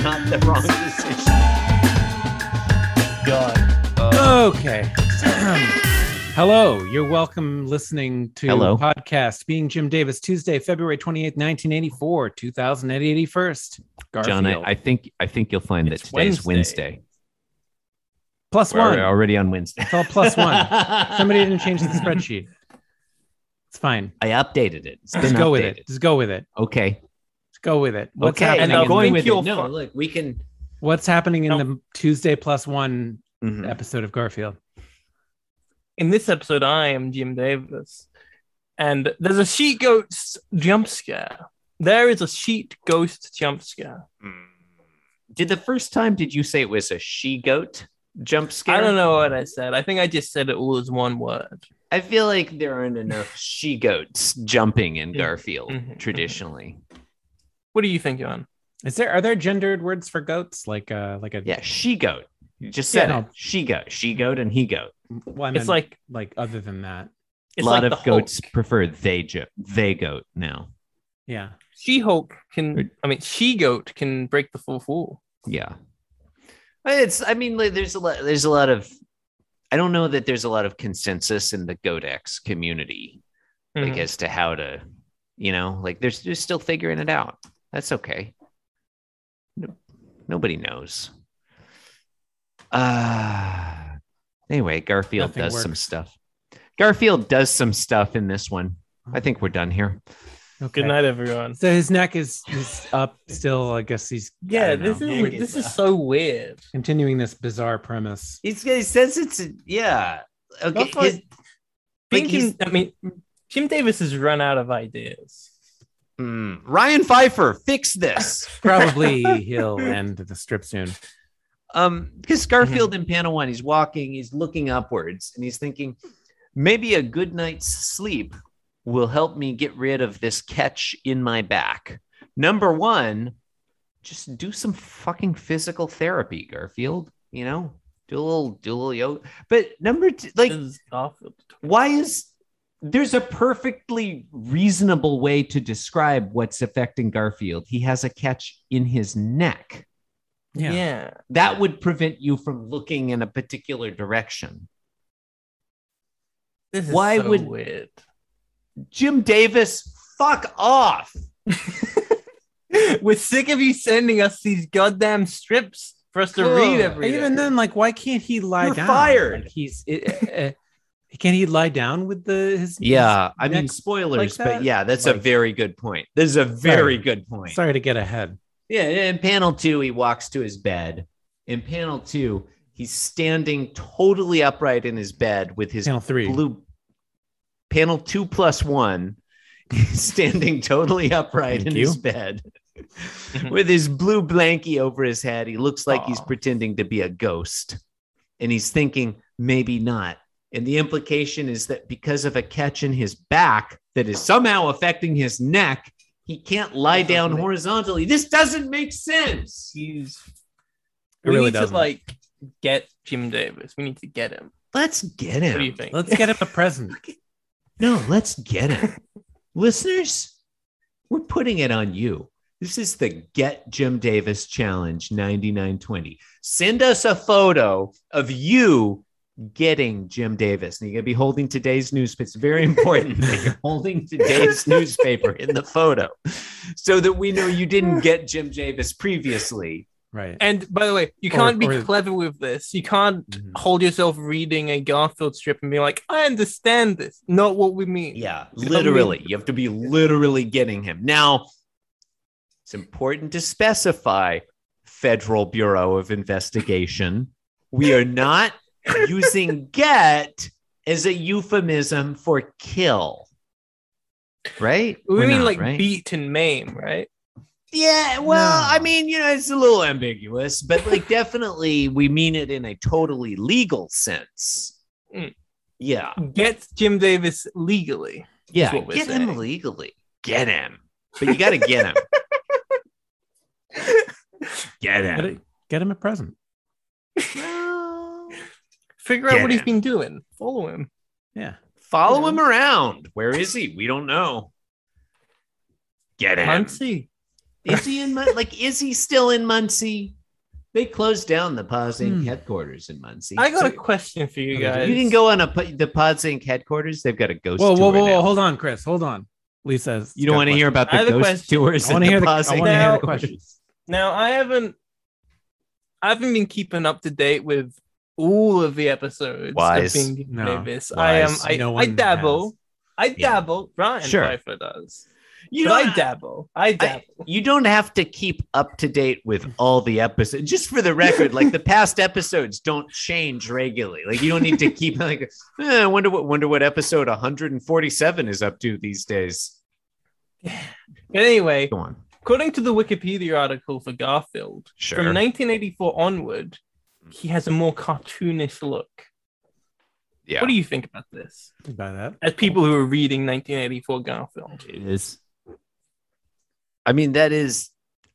Okay. Hello, you're welcome listening to Hello. podcast Being Jim Davis, Tuesday, February 28th, 1984, 2081st. John, I, I think I think you'll find It's that today's Wednesday. Wednesday. Plus We're one. already on Wednesday. It's all plus one. Somebody didn't change the spreadsheet. It's fine. I updated it. It's been Just go with updated. it. Just go with it. Okay. Just go with it. What's okay. happening? And I'm in- going think with you'll it. No, fi- look, we can. What's happening in No. the Tuesday plus one Mhm. episode of Garfield? In this episode, I am Jim Davis, and there's a sheet ghost jump scare. There is a sheet ghost jump scare. Did the first time? Did you say it was a she goat jump scare? I don't know what I said. I think I just said it all as one word. I feel like there aren't enough she goats jumping in Mhm. Garfield Mhm. traditionally. What do you think, John? Is there are there gendered words for goats? Like uh like a Yeah, she goat. You just Yeah, said no. it. She goat, she goat, and he goat. well, I meant, It's like like other than that. it's a lot like of the goats Hulk. prefer they jo- they goat now. Yeah. She Hulk can. I mean, she goat can break the fourth wall. Yeah, it's. I mean, like, there's a lot. There's a lot of. I don't know that there's a lot of consensus in the Godex community, like Mm-hmm. Mhm. as to how to, you know, like there's just still figuring it out. That's okay. No, nobody knows. Uh anyway, Garfield Nothing does some works. stuff. Garfield does some stuff in this one. I think we're done here. Okay. Good night, everyone. So his neck is, is up still. I guess he's I Yeah, don't this know. is this is so weird. continuing this bizarre premise. He's, he says it's a, yeah. Okay. That's why- his- Being Like, Jim, he's- I mean, Jim Davis has run out of ideas. Hmm. Ryan Pfeiffer, fix this. Probably he'll end the strip soon. Um, because Garfield in panel one, he's walking, he's looking upwards, and he's thinking, maybe a good night's sleep will help me get rid of this catch in my back. Number one, just do some fucking physical therapy, Garfield. You know, do a little, do a little yoga. But number two, like, This is Garfield. why is there's a perfectly reasonable way to describe what's affecting Garfield. He has a catch in his neck Yeah. yeah. that would prevent you from looking in a particular direction. This is Why so would- weird? Jim Davis, fuck off. We're sick of you sending us these goddamn strips for us to Ugh. read every day. Even then, like, why can't he lie You're down? fired. Like, he's it, uh, can he lie down with the his? Yeah, I mean Next, spoilers, like that? but yeah, that's a Like- very good point. This is a very good point. Sorry to get ahead. Yeah, in panel 2 he walks to his bed. In panel 2, he's standing totally upright in his bed with his Channel three. blue panel 2 plus 1 he's standing totally upright Thank in you. his bed. with his blue blankie over his head. He looks like he's Aw. pretending to be a ghost. And he's thinking, maybe not. And the implication is that because of a catch in his back that is somehow affecting his neck, he can't lie That doesn't down make- horizontally. This doesn't make sense. He's It we really need doesn't. to like get Jim Davis. We need to get him. let's get What do you him. think? Let's get him a present. No, let's get him. Listeners, we're putting it on you. This is the Get Jim Davis Challenge 9920. Send us a photo of you getting Jim Davis. And you're going to be holding today's newspaper. It's very important that you're holding today's newspaper in the photo so that we know you didn't get Jim Davis previously. Right. and by the way, you Or- can't be or- clever with this. You can't Mhm. hold yourself reading a Garfield strip and be like, I understand this. Not what we mean. Yeah, You know what I mean? literally. You have to be literally getting him. Now, it's important to specify Federal Bureau of Investigation. We are not using get as a euphemism for kill. Right? We We're mean not, like right? beat and maim, right? Yeah, well, No. I mean, you know, it's a little ambiguous, but like definitely we mean it in a totally legal sense. Mm. Yeah. Get Jim Davis legally. Yeah, what we're get him saying. legally. Get him. But you got to get him. get Get, him. it- get him a present. Well, Figure out Get what he's him. been doing. Follow him. Yeah. Follow him around. Where is he? We don't know. Get him. Can't see. Is he in Mun- like is he still in Muncie? They closed down the PodSync Hmm. headquarters in Muncie. I got So- a question for you Okay, guys. You can go on a po- the PodSync headquarters. They've got a ghost. Whoa, whoa, tour whoa, whoa. now. Hold on, Chris. Hold on. Lisa's. You don't got want to questions. hear about I the have a ghost question. tours. I want to and hear the, I PodSync want to hear the Now- questions. Now I haven't I haven't been keeping up to date with all of the episodes Wise. of being No, Davis. I am wise. I, No I one dabble. I Yeah. dabble. Brian Sure. Pfeiffer does. You but don't, I dabble. I dabble. you don't have to keep up to date with all the episodes. Just for the record, like the past episodes don't change regularly. Like you don't need to keep like. eh, I wonder what wonder what episode 147 is up to these days. But anyway, Go on. according to the Wikipedia article for Garfield, Sure. from 1984 onward, he has a more cartoonish look. yeah. What do you think about this? About that. As people who are reading 1984 Garfield, It is. I mean, that is.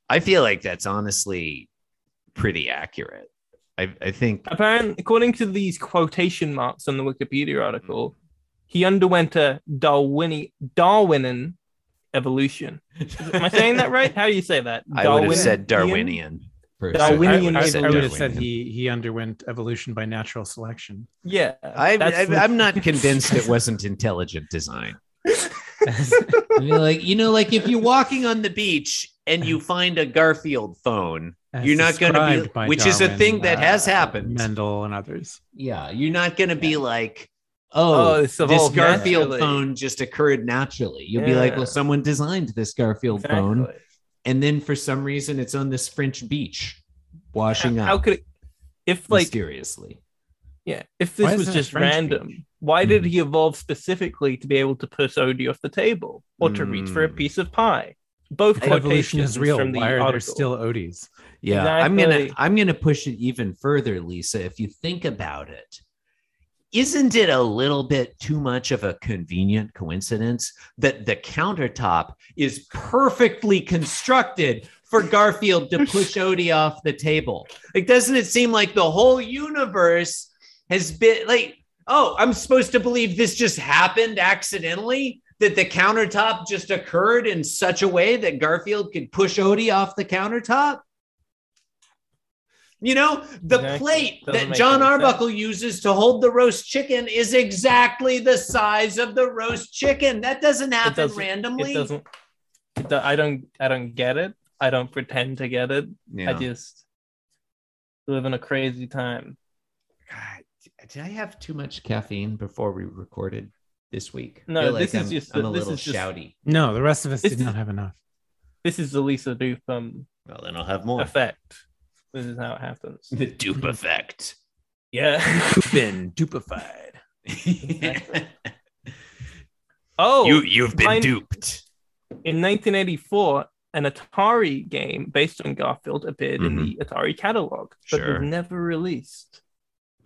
I feel like that's honestly pretty accurate. I, I think. apparently, according to these quotation marks on the Wikipedia article, he underwent a Darwini- Darwinian evolution. Am I saying that right? How do you say that? I would have Darwin- said Darwinian. person. I I, Darwinian would've I- I said would have said Darwinian. he he underwent evolution by natural selection. Yeah, I, that's I, the- I'm not convinced it wasn't intelligent design. I mean, like you know, like if you're walking on the beach and you find a Garfield phone, as you're not going to described be, by which is a Darwin, thing that uh, has happened. Mendel and others. Yeah, you're not going to be like, Oh, oh, it's this evolved Garfield naturally. phone just occurred naturally. You'll be like, Yeah. well, someone designed this Garfield phone, Exactly. and then for some reason, it's on this French beach, washing How up could it? If like mysteriously. Yeah, if Why this is was it a just French random, why did Hmm. he evolve specifically to be able to push Odie off the table or to reach for a Mm. piece of pie? Both If evolution quotations is real, from the why are there article. still Odies? Yeah, I'm Exactly. gonna I'm gonna push it even further, Lisa. If you think about it, isn't it a little bit too much of a convenient coincidence that the countertop is perfectly constructed for Garfield to push Odie off the table? Like, doesn't it seem like the whole universe has been like, oh, I'm supposed to believe this just happened accidentally? That the countertop just occurred in such a way that Garfield could push Odie off the countertop? You know, the Exactly. plate Doesn't that make John any sense. Arbuckle uses to hold the roast chicken is exactly the size of the roast chicken. That doesn't happen doesn't- it randomly. It doesn't. It do, I don't. I don't get it. I don't pretend to get it. I just live in a crazy time. God, did I have too much caffeine before we recorded this week? I No, feel this is I'm, just- I'm a this little is just- shouty. No, the rest of us This did is- not have enough. This is the Lisa Doofum Well, then I'll have more. effect. This is how it happens. The dupe effect. Yeah. Been dupified. oh, you've mine- duped. In 1984, an Atari game based on Garfield appeared in the Atari catalog, but Mm-hmm. Sure. was never released.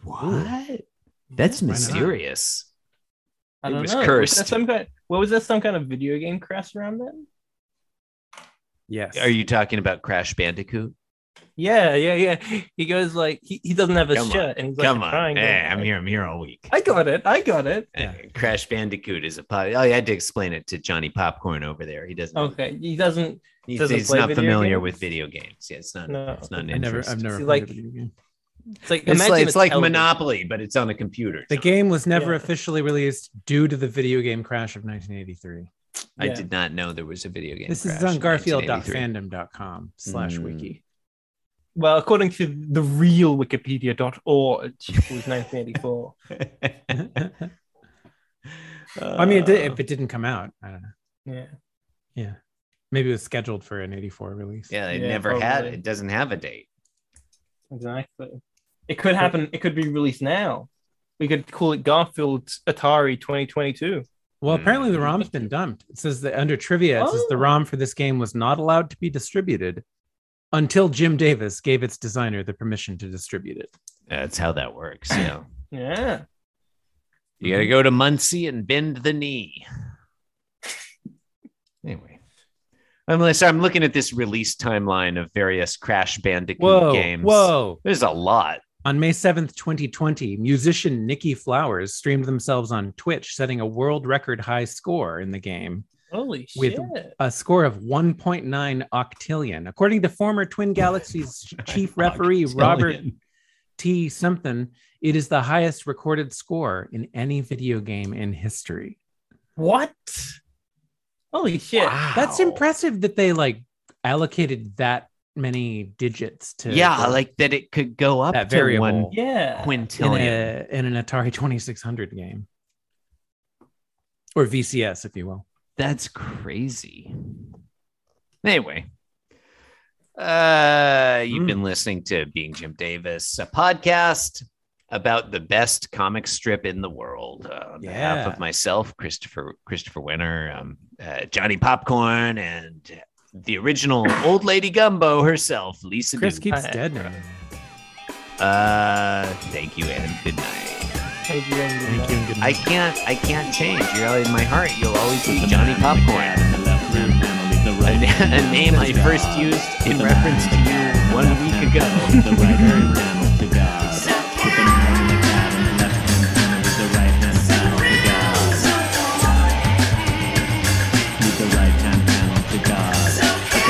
What? That's Why not? mysterious. I It don't was know. Was there cursed. some kind? What was there? Some kind of video game crash around then? Yes. Are you talking about Crash Bandicoot? Yeah, yeah, yeah. He goes like he, he doesn't have a Come on, shirt, and he's like Come on, crying. hey, I'm here. I'm here all week. I got it. I got it. Yeah. Uh, Crash Bandicoot is a pop. Oh, I had to explain it to Johnny Popcorn over there. He doesn't. Okay, he doesn't. He's, Doesn't he's play not video familiar games? with video games. Yeah, it's not. No. It's not an I never, interest. I've never See, played like- a video game. It's like it's imagine like, it's like television. Monopoly, but it's on a computer. The game was never Yeah. officially released due to the video game crash of 1983. I Yeah. did not know there was a video game. This crash is in on 1983. garfield.fandom.com slash Hmm. wiki. Well, according to the real Wikipedia.org, it was 1984. I mean, it did, Uh, if it didn't come out, I don't know. yeah. Yeah. Maybe it was scheduled for an 84 release. yeah, it Yeah, never had. probably. It doesn't have a date. Exactly. It could happen. It could be released now. We could call it Garfield Atari 2022. Well, Hmm. apparently the ROM's been dumped. It says that under trivia, it says the Oh. ROM for this game was not allowed to be distributed until Jim Davis gave its designer the permission to distribute it. That's how that works. Yeah, Yeah. you got to go to Muncie and bend the knee. Anyway, I'm sorry, I'm looking at this release timeline of various Crash Bandicoot Whoa. games. Whoa. there's a lot. On May 7th, 2020, musician Nikki Flowers streamed themselves on Twitch, setting a world record high score in the game. Holy With- shit. a score of 1.9 octillion. According to former Twin Galaxies chief referee Robert T. Something, it is the highest recorded score in any video game in history. What? Holy shit. That's impressive that they like allocated that many digits to Yeah, the- like that it could go up That to variable. one Yeah. in, quintillion. a, in an Atari 2600 game or VCS, if you will. That's crazy. Anyway, uh, you've Mm. been listening to Being Jim Davis, a podcast about the best comic strip in the world. Uh, on behalf Yeah. of myself, Christopher Christopher Winner, um, uh, Johnny Popcorn, and the original old lady Gumbo herself, Lisa. Chris Doom. keeps dead now. uh, thank you and good night. Thank you, Andrew. Thank you and good I night. can't, I can't change. You're always in my heart. You'll always be Johnny Popcorn. a, a name I first used in reference to you one week ago. The right hand panel to God. Put the middle in the God and the left hand panel with the right hand panel to God. With the right hand panel to God. Put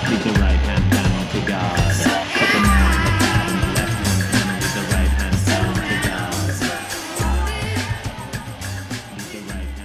the middle in the God and the left hand panel with the right hand panel to God. With the right hand panel to God. Put the middle in the God and the left hand panel with the right hand panel to God. With the right hand